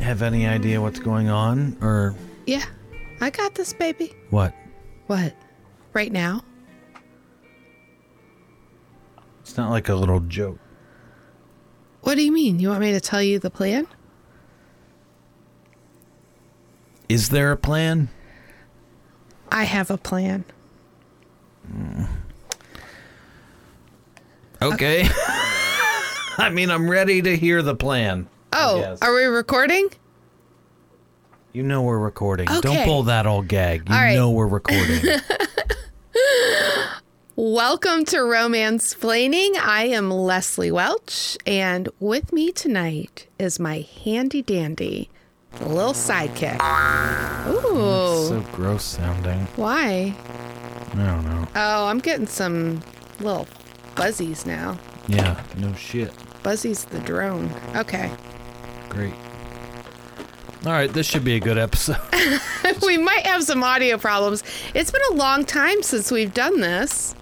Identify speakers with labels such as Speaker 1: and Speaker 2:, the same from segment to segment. Speaker 1: have any idea what's going on or
Speaker 2: Yeah, I got this, baby.
Speaker 1: what?
Speaker 2: What? Right now?
Speaker 1: It's not like a little joke.
Speaker 2: What do you mean? You want me to tell you the plan?
Speaker 1: Is there a plan?
Speaker 2: I have a plan.
Speaker 1: Okay. I mean, I'm ready to hear the plan.
Speaker 2: Oh,
Speaker 1: Yes.
Speaker 2: are we recording?
Speaker 1: You know we're recording. Don't
Speaker 2: Okay.
Speaker 1: pull that old gag. You
Speaker 2: All right.
Speaker 1: know we're recording.
Speaker 2: Welcome to Romance Planning. I am Leslie Welch, and with me tonight is my handy dandy little sidekick. Ooh,
Speaker 1: so gross sounding.
Speaker 2: why?
Speaker 1: I don't know.
Speaker 2: Oh, I'm getting some little buzzies now.
Speaker 1: Yeah, no shit.
Speaker 2: Buzzies the drone. Okay,
Speaker 1: Great. All right, this should be a good episode.
Speaker 2: we might have some audio problems. It's been a long time since we've done this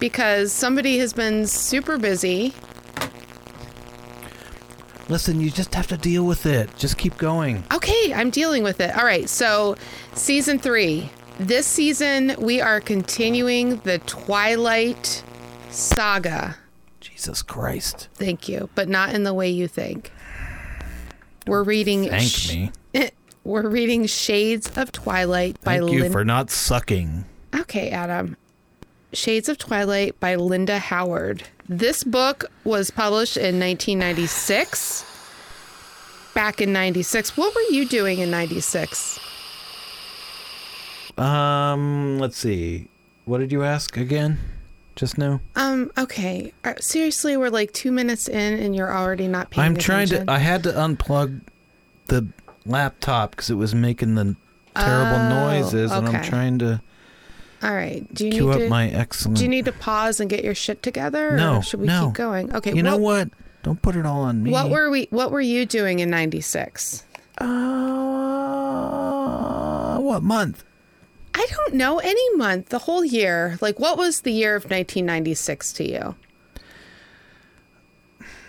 Speaker 2: because somebody has been super busy.
Speaker 1: Listen, you just have to deal with it. Just keep going.
Speaker 2: Okay, I'm dealing with it. All right, so season three. This season, we are continuing the Twilight saga.
Speaker 1: Jesus Christ.
Speaker 2: Thank you, but not in the way you think. We're reading.
Speaker 1: Thank
Speaker 2: Sh-
Speaker 1: me.
Speaker 2: We're reading Shades of Twilight by
Speaker 1: Thank you
Speaker 2: Lin-
Speaker 1: for not sucking.
Speaker 2: Okay, Adam. Shades of Twilight by Linda Howard. This book was published in 1996. Back in 96. What were you doing in 96?
Speaker 1: Um, let's see. What did you ask again? Just now?
Speaker 2: Um, okay. Uh, Seriously, we're like two minutes in and you're already not paying
Speaker 1: I'm trying
Speaker 2: attention.
Speaker 1: to. I had to unplug the laptop because it was making the terrible
Speaker 2: Oh,
Speaker 1: noises, and I'm
Speaker 2: okay.
Speaker 1: trying to
Speaker 2: All right. Do you
Speaker 1: cue
Speaker 2: need
Speaker 1: up
Speaker 2: to
Speaker 1: my excellent.
Speaker 2: Do you need to pause and get your shit together?
Speaker 1: No,
Speaker 2: Or should we
Speaker 1: no.
Speaker 2: keep going? Okay.
Speaker 1: You know what? Don't put it all on me.
Speaker 2: What were we what were you doing in 96?
Speaker 1: Uh, what month?
Speaker 2: I don't know any month, the whole year. Like what was the year of 1996 to you?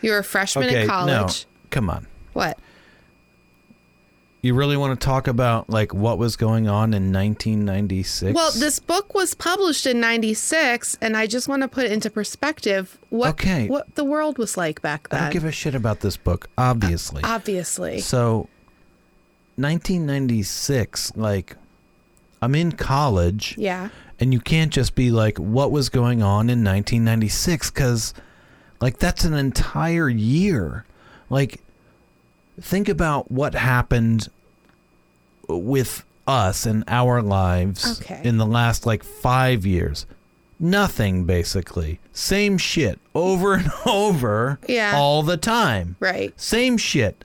Speaker 2: You were a freshman
Speaker 1: okay,
Speaker 2: in college.
Speaker 1: no. Come on.
Speaker 2: What?
Speaker 1: You really want to talk about like what was going on in 1996?
Speaker 2: Well, this book was published in 96 and I just want to put into perspective what
Speaker 1: Okay.
Speaker 2: what the world was like back
Speaker 1: I
Speaker 2: then.
Speaker 1: don't give a shit about this book, obviously.
Speaker 2: Obviously.
Speaker 1: So, 1996, like, I'm in college,
Speaker 2: Yeah.
Speaker 1: and you can't just be like, what was going on in 1996? Because, like, that's an entire year. Like, think about what happened with us and our lives
Speaker 2: Okay.
Speaker 1: in the last, like, five years. Nothing, basically. Same shit over and over
Speaker 2: Yeah.
Speaker 1: all the time.
Speaker 2: Right.
Speaker 1: Same shit.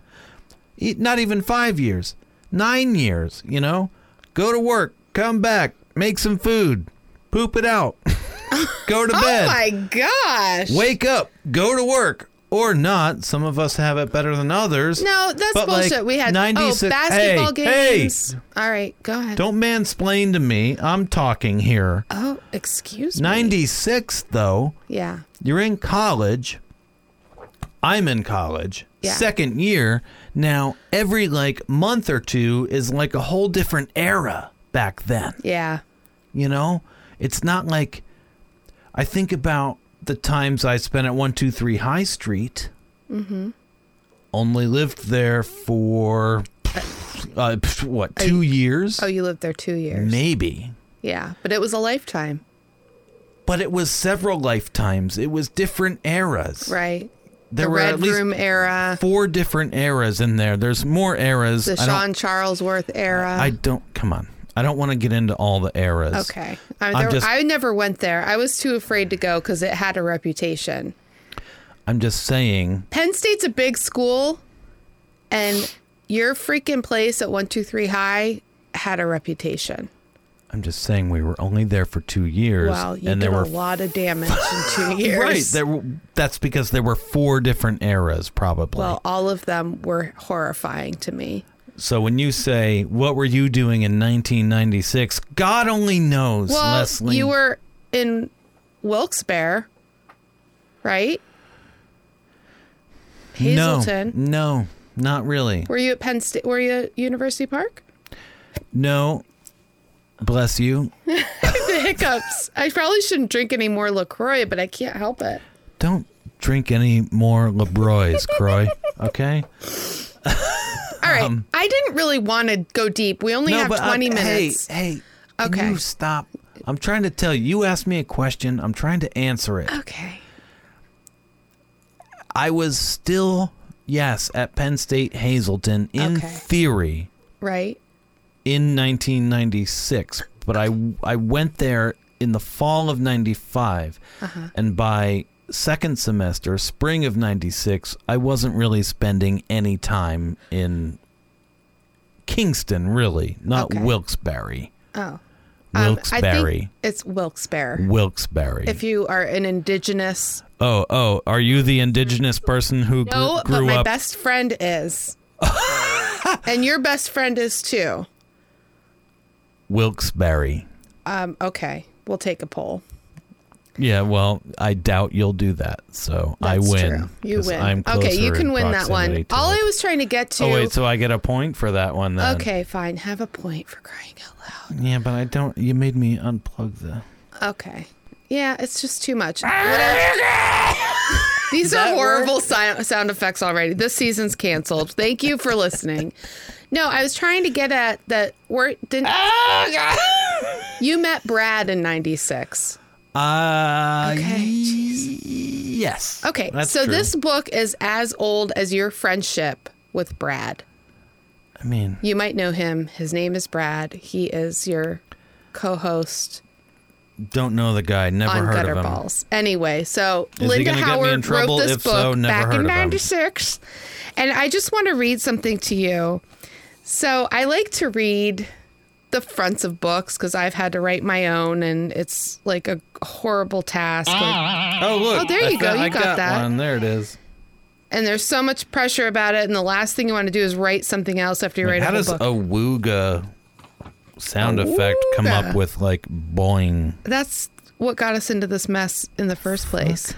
Speaker 1: E- Not even five years, nine years, you know? Go to work, come back, make some food, poop it out, go to
Speaker 2: Oh
Speaker 1: bed,
Speaker 2: my gosh.
Speaker 1: wake up, go to work, or not. Some of us have it better than others.
Speaker 2: No, that's
Speaker 1: But, like,
Speaker 2: bullshit. we had
Speaker 1: 96
Speaker 2: oh basketball
Speaker 1: hey, hey!
Speaker 2: games. All right, go ahead.
Speaker 1: Don't mansplain to me. I'm talking here.
Speaker 2: oh, excuse me.
Speaker 1: 96, though,
Speaker 2: Yeah.
Speaker 1: you're in college. I'm in college,
Speaker 2: Yeah.
Speaker 1: second year. Now, every like month or two is like a whole different era back then.
Speaker 2: Yeah.
Speaker 1: You know, it's not like I think about the times I spent at 123 High Street. Mm-hmm. Only lived there for uh, what, two years?
Speaker 2: Oh, you lived there 2 years.
Speaker 1: Maybe.
Speaker 2: Yeah, but it was a lifetime.
Speaker 1: But it was several lifetimes. It was different eras.
Speaker 2: Right.
Speaker 1: There
Speaker 2: the
Speaker 1: were at
Speaker 2: Red
Speaker 1: least
Speaker 2: Room era,
Speaker 1: four different eras in there. There's more eras.
Speaker 2: the
Speaker 1: I
Speaker 2: Sean
Speaker 1: don't,
Speaker 2: Charlesworth era.
Speaker 1: I don't. Come on. I don't want to get into all the eras.
Speaker 2: okay. I,
Speaker 1: I'm
Speaker 2: there,
Speaker 1: just-
Speaker 2: I never went there. I was too afraid to go cuz it had a reputation.
Speaker 1: I'm just saying.
Speaker 2: Penn State's a big school and your freaking place at 123 High had a reputation.
Speaker 1: I'm just saying we were only there for two years.
Speaker 2: Wow, you
Speaker 1: and
Speaker 2: did
Speaker 1: there were
Speaker 2: a lot of damage in two years.
Speaker 1: right. There. were- That's because there were four different eras, probably.
Speaker 2: well, all of them were horrifying to me.
Speaker 1: so when you say, "What were you doing in 1996?" God only knows,
Speaker 2: Well,
Speaker 1: Leslie.
Speaker 2: you were in Wilkes-Barre, right?
Speaker 1: no,
Speaker 2: Hazleton.
Speaker 1: no, Not really.
Speaker 2: Were you at Penn State? Were you at University Park?
Speaker 1: No. Bless you.
Speaker 2: the hiccups. I probably shouldn't drink any more LaCroix, but I can't help it.
Speaker 1: Don't drink any more LeBroys, Croy. Okay?
Speaker 2: All right. I didn't really want to go deep. We only have
Speaker 1: Um, but I'm-
Speaker 2: 20 minutes.
Speaker 1: Hey, hey. can
Speaker 2: Okay.
Speaker 1: you stop? I'm trying to tell you. You asked me a question. I'm trying to answer it.
Speaker 2: Okay.
Speaker 1: I was still, yes, at Penn State Hazleton in
Speaker 2: Okay.
Speaker 1: theory
Speaker 2: Right.
Speaker 1: in 1996, but I I went there in the fall of 95
Speaker 2: Uh-huh.
Speaker 1: and by second semester, spring of 96, I wasn't really spending any time in Kingston really, not
Speaker 2: Okay.
Speaker 1: Wilkes-Barre.
Speaker 2: Oh. I think
Speaker 1: Wilkes-Barre.
Speaker 2: it's Wilkes-Barre.
Speaker 1: Wilkes-Barre.
Speaker 2: If you are an indigenous.
Speaker 1: Oh, oh, are you the indigenous person who gr-
Speaker 2: No, Oh, but
Speaker 1: grew
Speaker 2: my
Speaker 1: up?
Speaker 2: best friend is. and your best friend is too.
Speaker 1: Wilkes-Barre.
Speaker 2: Um, okay. We'll take a poll.
Speaker 1: Yeah, well, I doubt you'll do that, so I
Speaker 2: That's
Speaker 1: win.
Speaker 2: True. You
Speaker 1: 'cause
Speaker 2: win.
Speaker 1: I'm
Speaker 2: okay, you
Speaker 1: closer
Speaker 2: can
Speaker 1: in
Speaker 2: win that
Speaker 1: proximity
Speaker 2: one.
Speaker 1: to
Speaker 2: All
Speaker 1: it.
Speaker 2: I was trying to get to.
Speaker 1: Oh wait, so I get a point for that one then.
Speaker 2: okay, fine. Have a point for crying out
Speaker 1: Yeah, but I don't. You made me unplug the.
Speaker 2: loud. Okay. Yeah, it's just too much. What I- These are horrible si- sound effects already. This season's canceled. Thank you for listening. No, I was trying to get at that. Were, didn't Ah, you met Brad in '96?
Speaker 1: Uh,
Speaker 2: Okay, jeez.
Speaker 1: Yes.
Speaker 2: Okay,
Speaker 1: That's
Speaker 2: so
Speaker 1: true.
Speaker 2: this book is as old as your friendship with Brad.
Speaker 1: I mean,
Speaker 2: You might know him. His name is Brad. He is your co-host
Speaker 1: don't know the guy. Never
Speaker 2: on
Speaker 1: heard
Speaker 2: Gutter
Speaker 1: of him.
Speaker 2: Balls. Anyway, so
Speaker 1: he
Speaker 2: Linda
Speaker 1: gonna get me in
Speaker 2: Howard wrote
Speaker 1: trouble?
Speaker 2: this
Speaker 1: If
Speaker 2: book
Speaker 1: so, never
Speaker 2: back
Speaker 1: heard
Speaker 2: in
Speaker 1: of him.
Speaker 2: '96, and I just want to read something to you. So I like to read the fronts of books because I've had to write my own, and it's like a horrible task. like-
Speaker 1: Oh look!
Speaker 2: Oh, there
Speaker 1: I
Speaker 2: you go.
Speaker 1: thought
Speaker 2: You
Speaker 1: I
Speaker 2: got that.
Speaker 1: one. There it is.
Speaker 2: and there's so much pressure about it, and the last thing you want to do is write something else after you write
Speaker 1: How
Speaker 2: a whole
Speaker 1: does
Speaker 2: book.
Speaker 1: a wooga sound effect come
Speaker 2: Awooga.
Speaker 1: up with like boing?
Speaker 2: that's what got us into this mess in the first place.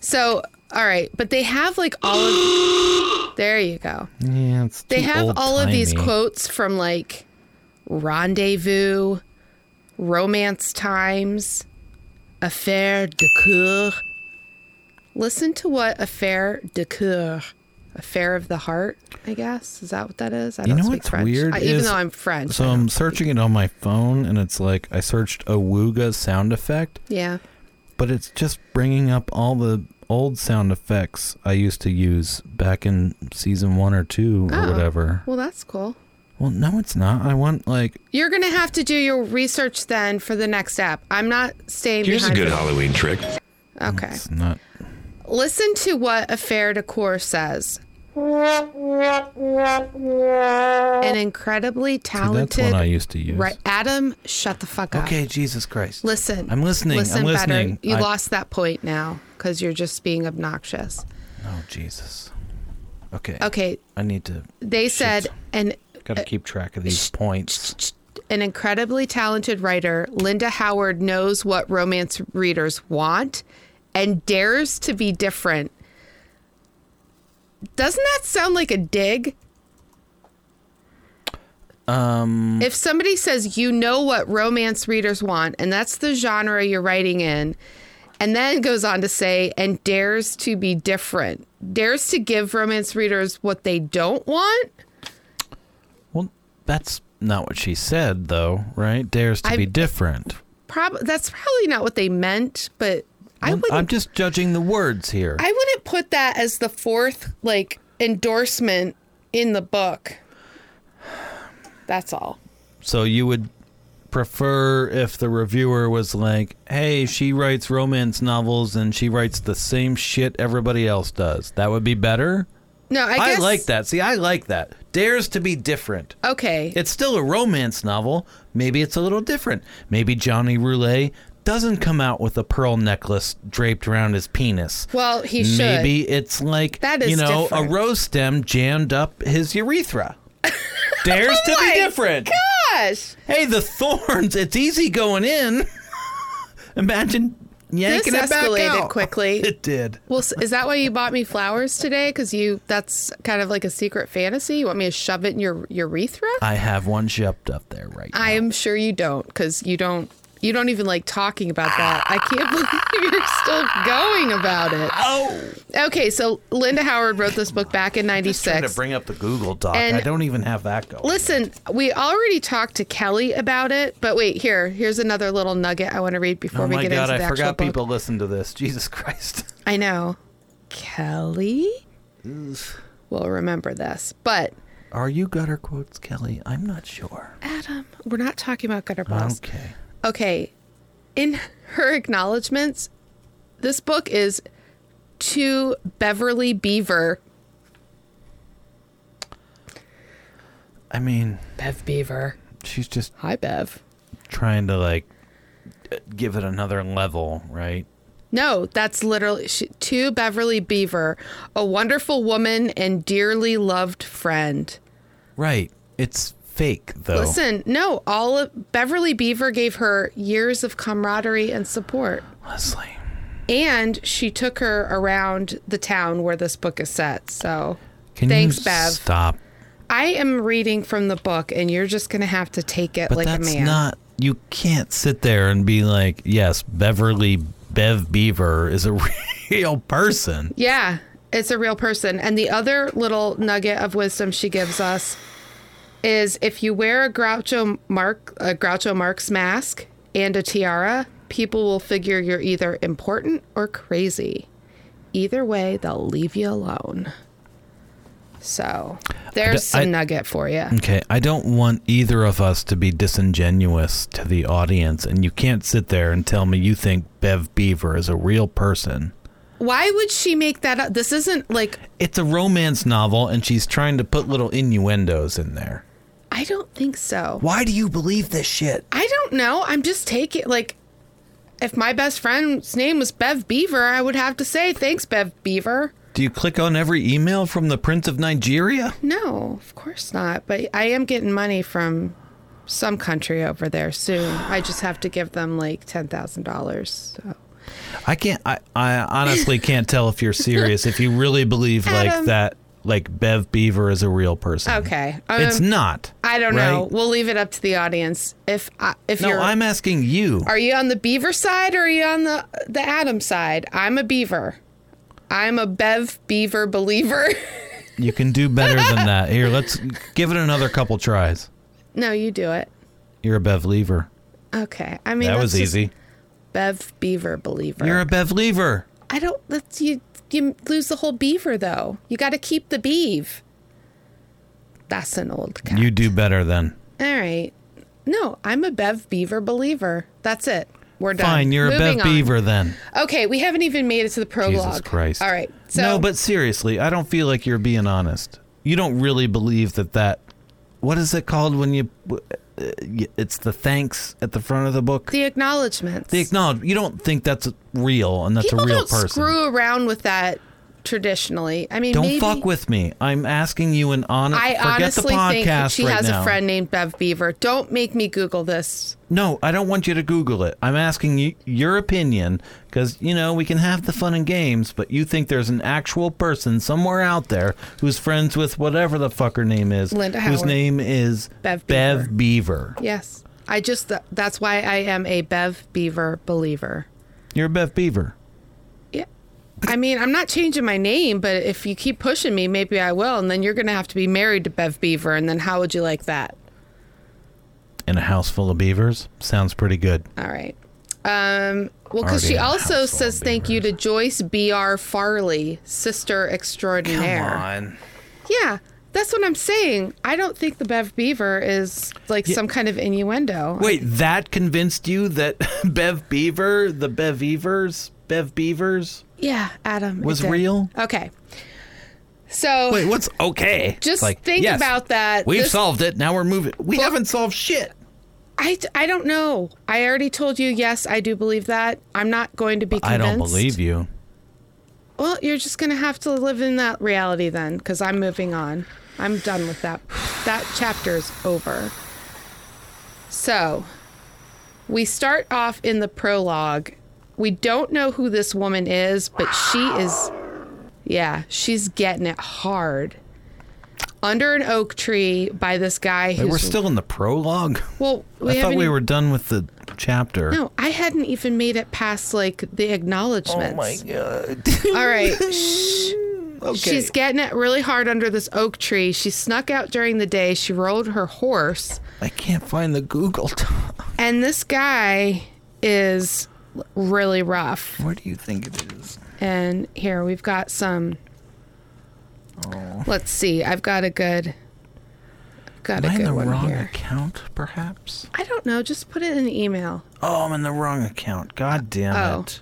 Speaker 2: So, all right, but they have like all of There you go.
Speaker 1: Yeah, it's
Speaker 2: They
Speaker 1: too
Speaker 2: have all of these
Speaker 1: old-timey.
Speaker 2: quotes from like Rendezvous, Romance Times, Affaire de Coeur. Listen to what Affaire de Coeur, Affair of the Heart, I guess. Is that what that is? I don't
Speaker 1: know
Speaker 2: speak
Speaker 1: what's
Speaker 2: French.
Speaker 1: weird
Speaker 2: I, even
Speaker 1: is-
Speaker 2: though I'm French.
Speaker 1: So I'm searching it on my phone, and it's like I searched a wooga sound effect,
Speaker 2: yeah.
Speaker 1: but it's just bringing up all the old sound effects I used to use back in season one or two or
Speaker 2: Oh.
Speaker 1: whatever.
Speaker 2: Well, that's cool.
Speaker 1: Well, no, it's not. I want like
Speaker 2: You're gonna have to do your research then for the next app. I'm not staying
Speaker 3: Here's a
Speaker 2: behind.
Speaker 3: good Halloween trick.
Speaker 2: for- okay.
Speaker 1: it's not.
Speaker 2: Listen to what Affair Decor says. An incredibly
Speaker 1: See,
Speaker 2: talented
Speaker 1: that's one I used to use.
Speaker 2: right Adam, shut the fuck up.
Speaker 1: Okay, Jesus Christ.
Speaker 2: Listen.
Speaker 1: I'm listening.
Speaker 2: Listen
Speaker 1: I'm listening.
Speaker 2: better. You
Speaker 1: I-
Speaker 2: lost that point now because you're just being obnoxious.
Speaker 1: Oh Jesus. Okay.
Speaker 2: Okay.
Speaker 1: I need to.
Speaker 2: They said an
Speaker 1: Got to keep track of these points.
Speaker 2: an incredibly talented writer, Linda Howard knows what romance readers want and dares to be different. Doesn't that sound like a dig? Um, if somebody says you know what romance readers want, and that's the genre you're writing in, and then goes on to say, and dares to be different, dares to give romance readers what they don't want,
Speaker 1: Well, that's not what she said, though, right? Dares to
Speaker 2: I-
Speaker 1: be different.
Speaker 2: Probably that's probably not what they meant, but I
Speaker 1: I'm,
Speaker 2: wouldn't.
Speaker 1: I'm just judging the words here.
Speaker 2: I wouldn't put that as the fourth like endorsement in the book. That's all.
Speaker 1: so you would prefer if the reviewer was like, "Hey, she writes romance novels and she writes the same shit everybody else does." That would be better.
Speaker 2: No, I,
Speaker 1: I,
Speaker 2: guess,
Speaker 1: like that. See, I like that. Dares to be different.
Speaker 2: Okay,
Speaker 1: It's still a romance novel. Maybe it's a little different. Maybe Johnny Roulet doesn't come out with a pearl necklace draped around his penis.
Speaker 2: Well, he should.
Speaker 1: Maybe it's like
Speaker 2: That is
Speaker 1: you know
Speaker 2: different.
Speaker 1: a rose stem jammed up his urethra. Dares to
Speaker 2: Oh my
Speaker 1: be different.
Speaker 2: gosh,
Speaker 1: Hey, the thorns. It's easy going in. Imagine yanking
Speaker 2: this
Speaker 1: it back
Speaker 2: escalated
Speaker 1: out.
Speaker 2: quickly.
Speaker 1: It did.
Speaker 2: Well, s- is that why you bought me flowers today? Because you that's kind of like a secret fantasy. You want me to shove it in your urethra?
Speaker 1: I have one shoved up there right now.
Speaker 2: I am sure you don't, because you don't. You don't even like talking about that. I can't believe you're still going about it.
Speaker 1: oh,
Speaker 2: Okay, so Linda Howard wrote this book back in
Speaker 1: trying to
Speaker 2: '96.
Speaker 1: bring up the Google Doc.
Speaker 2: And-
Speaker 1: I don't even have that going.
Speaker 2: Listen, we already talked to Kelly about it, but wait, here, here's another little nugget I want to read before
Speaker 1: Oh
Speaker 2: we
Speaker 1: my
Speaker 2: get
Speaker 1: god!
Speaker 2: into the
Speaker 1: I
Speaker 2: actual
Speaker 1: forgot
Speaker 2: book.
Speaker 1: people listen to this. Jesus Christ!
Speaker 2: I know. Kelly will remember this, but
Speaker 1: Are you gutter quotes, Kelly? I'm not sure.
Speaker 2: Adam, we're not talking about gutter balls.
Speaker 1: Okay.
Speaker 2: Okay. In her acknowledgments, this book is to Beverly Beaver.
Speaker 1: I mean,
Speaker 2: Bev Beaver.
Speaker 1: she's just
Speaker 2: Hi, Bev.
Speaker 1: trying to like give it another level, right?
Speaker 2: No, that's literally she, to Beverly Beaver, a wonderful woman and dearly loved friend.
Speaker 1: Right. It's fake though.
Speaker 2: Listen, no, all of Beverly Beaver gave her years of camaraderie and support.
Speaker 1: Leslie.
Speaker 2: And she took her around the town where this book is set. So
Speaker 1: Can
Speaker 2: thanks,
Speaker 1: you
Speaker 2: Bev.
Speaker 1: stop?
Speaker 2: I am reading from the book, and you're just going to have to take it
Speaker 1: But
Speaker 2: like
Speaker 1: that's
Speaker 2: a man.
Speaker 1: not. You can't sit there and be like, "Yes, Beverly Bev Beaver is a real person."
Speaker 2: yeah, it's a real person. And the other little nugget of wisdom she gives us is if you wear a Groucho Mark a Groucho Marx mask and a tiara, people will figure you're either important or crazy. Either way, they'll leave you alone. So there's some
Speaker 1: I- Mm.
Speaker 2: nugget for you.
Speaker 1: Okay, I don't want either of us to be disingenuous to the audience, and you can't sit there and tell me you think Bev Beaver is a real person.
Speaker 2: Why would she make that up? This isn't like
Speaker 1: It's a romance novel, and she's trying to put little innuendos in there.
Speaker 2: I don't think so.
Speaker 1: Why do you believe this shit?
Speaker 2: I don't know. I'm just taking like if my best friend's name was Bev Beaver, I would have to say thanks, Bev Beaver.
Speaker 1: Do you click on every email from the Prince of Nigeria?
Speaker 2: No, of course not. But I am getting money from some country over there soon. I just have to give them like ten thousand dollars. So.
Speaker 1: I can't. I, I honestly can't tell if you're serious. If you really believe like
Speaker 2: Adam.
Speaker 1: that, like Bev Beaver is a real person.
Speaker 2: Okay, um,
Speaker 1: it's not.
Speaker 2: I don't know.
Speaker 1: right?
Speaker 2: We'll leave it up to the audience. If I, if
Speaker 1: No,
Speaker 2: you're,
Speaker 1: I'm asking you.
Speaker 2: are you on the Beaver side or are you on the the Adam side? I'm a Beaver. I'm a Bev Beaver believer.
Speaker 1: You can do better than that. Here, let's give it another couple tries.
Speaker 2: no, you do it.
Speaker 1: You're a Bev Lever.
Speaker 2: Okay. I mean,
Speaker 1: That
Speaker 2: that's
Speaker 1: was
Speaker 2: just
Speaker 1: easy.
Speaker 2: Bev Beaver believer.
Speaker 1: You're a Bev Lever.
Speaker 2: I don't. That's you. You lose the whole beaver though. You got to keep the beeve. That's an old cat.
Speaker 1: You do better then.
Speaker 2: All right. No, I'm a Bev Beaver believer. That's it. We're done.
Speaker 1: Fine, you're a
Speaker 2: Moving
Speaker 1: Bev
Speaker 2: on.
Speaker 1: Beaver then.
Speaker 2: Okay, we haven't even made it to the prologue.
Speaker 1: Jesus Christ.
Speaker 2: All right. So
Speaker 1: no, but seriously, I don't feel like you're being honest. You don't really believe that that. What is it called when you? uh, It's the thanks at the front of the book.
Speaker 2: the acknowledgments.
Speaker 1: The acknowledge. You don't think that's real and that's
Speaker 2: People
Speaker 1: a real
Speaker 2: don't
Speaker 1: person.
Speaker 2: screw around with that traditionally. I mean,
Speaker 1: don't
Speaker 2: maybe,
Speaker 1: fuck with me. I'm asking you an honest.
Speaker 2: I
Speaker 1: forget
Speaker 2: honestly
Speaker 1: the
Speaker 2: think
Speaker 1: podcast
Speaker 2: she
Speaker 1: right
Speaker 2: has
Speaker 1: now.
Speaker 2: a friend named Bev Beaver. Don't make me Google this.
Speaker 1: No, I don't want you to Google it. I'm asking you your opinion because, you know, we can have the fun and games, but you think there's an actual person somewhere out there who's friends with whatever the fuck her name is,
Speaker 2: Linda
Speaker 1: whose
Speaker 2: Howard.
Speaker 1: name is
Speaker 2: Bev
Speaker 1: Bev Beaver.
Speaker 2: Yes. I just, th- that's why I am a Bev Beaver believer.
Speaker 1: You're Bev Beaver.
Speaker 2: Yeah. I mean, I'm not changing my name, but if you keep pushing me, maybe I will. And then you're going to have to be married to Bev Beaver. And then how would you like that?
Speaker 1: In a house full of beavers? Sounds pretty good.
Speaker 2: All right. Um, well, because
Speaker 1: Already
Speaker 2: she
Speaker 1: in a
Speaker 2: also
Speaker 1: house full
Speaker 2: says
Speaker 1: of
Speaker 2: thank you to Joyce B.R. Farley, sister extraordinaire.
Speaker 1: on.
Speaker 2: Yeah. That's what I'm saying. I don't think the Bev Beaver is like some kind of innuendo.
Speaker 1: Wait, that convinced you that Bev Beaver, the Bev Beavers, Bev Beavers?
Speaker 2: Yeah, Adam. it
Speaker 1: Was
Speaker 2: did.
Speaker 1: real?
Speaker 2: Okay. So.
Speaker 1: Wait, what's okay?
Speaker 2: Just
Speaker 1: It's like,
Speaker 2: think
Speaker 1: yes,
Speaker 2: about that.
Speaker 1: We've
Speaker 2: This-
Speaker 1: solved it. Now we're moving. We haven't solved shit.
Speaker 2: I, I don't know. I already told you, yes, I do believe that. I'm not going to be convinced.
Speaker 1: I don't believe you.
Speaker 2: Well, you're just going to have to live in that reality then, because I'm moving on. I'm done with that. That chapter is over. So, we start off in the prologue We don't know who this woman is, but she is, yeah, she's getting it hard. Under an oak tree by this guy who's
Speaker 1: Wait, we're still in the prologue.
Speaker 2: well. We
Speaker 1: I thought
Speaker 2: haven't
Speaker 1: we
Speaker 2: e-
Speaker 1: were done with the chapter.
Speaker 2: No, I hadn't even made it past like the acknowledgments.
Speaker 1: Oh, god.
Speaker 2: All right. Shh.
Speaker 1: okay.
Speaker 2: She's getting it really hard under this oak tree. She snuck out during the day. She rode her horse.
Speaker 1: I can't find the Google Doc.
Speaker 2: And this guy is really rough.
Speaker 1: Where do you think it is?
Speaker 2: And here we've got some.
Speaker 1: Oh.
Speaker 2: Let's see. I've got a good. Got
Speaker 1: Am I
Speaker 2: a
Speaker 1: in
Speaker 2: good
Speaker 1: the
Speaker 2: one
Speaker 1: wrong
Speaker 2: here.
Speaker 1: account, perhaps?
Speaker 2: I don't know. Just put it in the email.
Speaker 1: Oh, I'm in the wrong account. God damn
Speaker 2: Oh.
Speaker 1: it.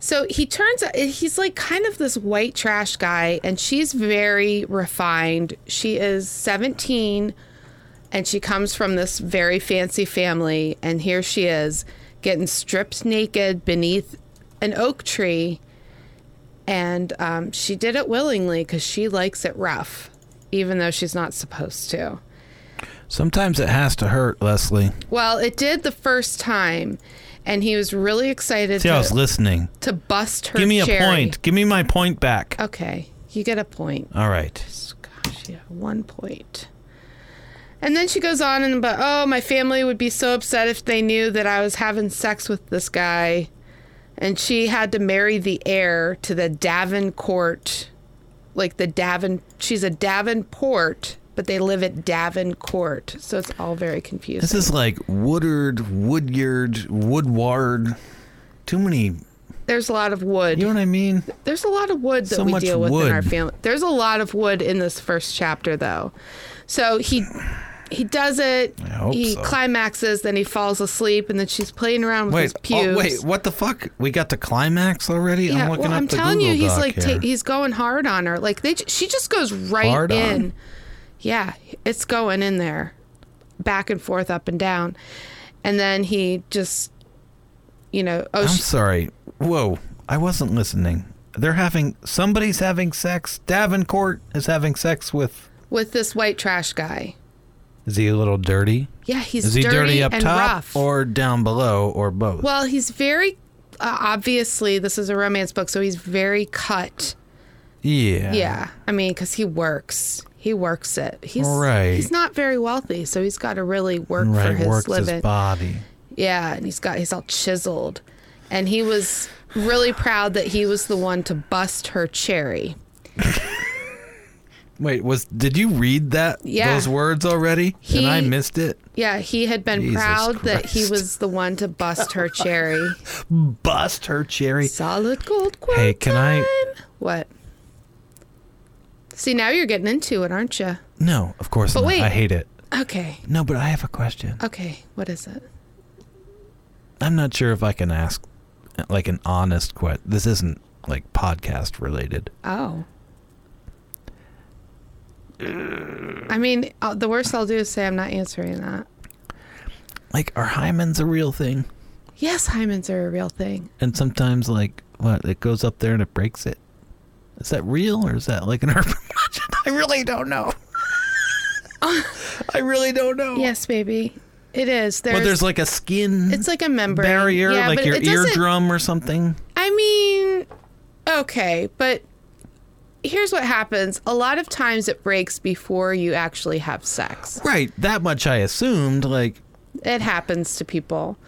Speaker 2: So he turns he's like kind of this white trash guy and she's very refined. She is 17 and she comes from this very fancy family and here she is getting stripped naked beneath an oak tree and um, she did it willingly because she likes it rough even though she's not supposed to.
Speaker 1: Sometimes it has to hurt, Leslie.
Speaker 2: Well, it did the first time and he was really excited
Speaker 1: See, I was
Speaker 2: to,
Speaker 1: listening.
Speaker 2: to bust her
Speaker 1: Give me a
Speaker 2: cherry.
Speaker 1: point. Give me my point back.
Speaker 2: Okay, you get a point.
Speaker 1: All right.
Speaker 2: Gosh, yeah, one point. And then she goes on and but oh, my family would be so upset if they knew that I was having sex with this guy. And she had to marry the heir to the Davenport, like the Davin. She's a Davenport, but they live at Davenport, so it's all very confusing.
Speaker 1: This is like Woodard, Woodyard, Woodward. Too many.
Speaker 2: There's a lot of wood.
Speaker 1: You know what I mean?
Speaker 2: There's a lot of wood that
Speaker 1: So
Speaker 2: we
Speaker 1: much
Speaker 2: deal with in our
Speaker 1: wood.
Speaker 2: family. There's a lot of wood in this first chapter, though. So he he does it.
Speaker 1: hope
Speaker 2: he
Speaker 1: so.
Speaker 2: climaxes, then he falls asleep, and then she's playing around with his
Speaker 1: Wait.
Speaker 2: pubes.
Speaker 1: Oh, wait. What the fuck? We got the climax already.
Speaker 2: yeah,
Speaker 1: I'm looking
Speaker 2: well,
Speaker 1: up
Speaker 2: I'm
Speaker 1: the
Speaker 2: telling
Speaker 1: Google
Speaker 2: you, he's
Speaker 1: Doc
Speaker 2: like
Speaker 1: here.
Speaker 2: ta- he's going hard on her. Like they, j- she just goes right
Speaker 1: Hard on?
Speaker 2: in. Yeah, it's going in there, back and forth, up and down, and then he just, you know, oh,
Speaker 1: I'm
Speaker 2: she,
Speaker 1: sorry. Whoa. I wasn't listening. They're having somebody's having sex. Davenport is having sex with.
Speaker 2: with this white trash guy.
Speaker 1: Is he a little dirty?
Speaker 2: Yeah, he's
Speaker 1: Is he dirty, up
Speaker 2: and
Speaker 1: top
Speaker 2: rough.
Speaker 1: or down below or both?
Speaker 2: Well, he's very uh, obviously this is a romance book, so he's very cut.
Speaker 1: yeah.
Speaker 2: Yeah, I mean, because he works, he works it. He's
Speaker 1: Right.
Speaker 2: He's not very wealthy, so he's got to really work for
Speaker 1: Right.
Speaker 2: his
Speaker 1: Works
Speaker 2: living.
Speaker 1: his body.
Speaker 2: yeah, and he's got he's all chiseled, and he was really proud that he was the one to bust her cherry.
Speaker 1: Wait, was did you read that
Speaker 2: Yeah.
Speaker 1: those words already? and I
Speaker 2: He-
Speaker 1: missed it.
Speaker 2: Yeah, he had been
Speaker 1: Jesus
Speaker 2: proud that he
Speaker 1: Christ.
Speaker 2: was the one to bust her cherry.
Speaker 1: Bust her cherry.
Speaker 2: Solid gold. Quote
Speaker 1: Hey, can I-
Speaker 2: time. What? See, now you're getting into it, aren't you?
Speaker 1: No, of course not.
Speaker 2: wait.
Speaker 1: I hate it.
Speaker 2: Okay.
Speaker 1: No, but I have a question.
Speaker 2: Okay. What is it?
Speaker 1: I'm not sure if I can ask uh, like an honest question. This isn't like podcast related.
Speaker 2: Oh. I mean, uh, the worst I'll do is say I'm not answering that.
Speaker 1: Like are hymens a real thing?
Speaker 2: Yes, hymens are a real thing.
Speaker 1: And sometimes like what it goes up there and it breaks it. Is that real or is that like an urban legend? I really don't know. I really don't know.
Speaker 2: Yes, baby. It is. There's,
Speaker 1: But there's like a skin
Speaker 2: it's like a membrane
Speaker 1: barrier,
Speaker 2: Yeah,
Speaker 1: like
Speaker 2: but
Speaker 1: your
Speaker 2: it doesn't-
Speaker 1: eardrum or something.
Speaker 2: I mean, okay, but here's what happens. A lot of times it breaks before you actually have sex.
Speaker 1: Right. That much I assumed. Like,
Speaker 2: It happens to people.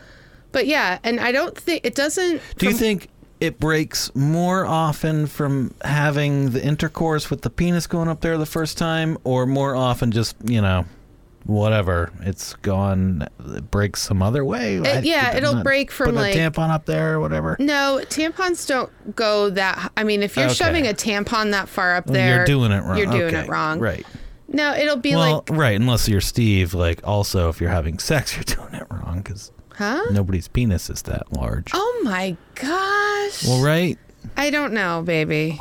Speaker 2: But yeah, and I don't think it doesn't
Speaker 1: do you
Speaker 2: from-
Speaker 1: think it breaks more often from having the intercourse with the penis going up there the first time, or more often just, you know, whatever? It's gone, it breaks some other way. I-
Speaker 2: yeah,
Speaker 1: I'm
Speaker 2: it'll
Speaker 1: not
Speaker 2: break from,
Speaker 1: putting
Speaker 2: like-
Speaker 1: a tampon up there or whatever.
Speaker 2: No, tampons don't go that. I mean, if you're
Speaker 1: Okay.
Speaker 2: shoving a tampon that far up there,
Speaker 1: You're doing it wrong.
Speaker 2: You're doing
Speaker 1: Okay,
Speaker 2: it wrong.
Speaker 1: Right.
Speaker 2: No, it'll be
Speaker 1: Well,
Speaker 2: like,
Speaker 1: right. Unless you're Steve, like, also, if you're having sex, you're doing it wrong because
Speaker 2: huh?
Speaker 1: nobody's penis is that large.
Speaker 2: Oh my gosh!
Speaker 1: Well, right.
Speaker 2: I don't know, baby.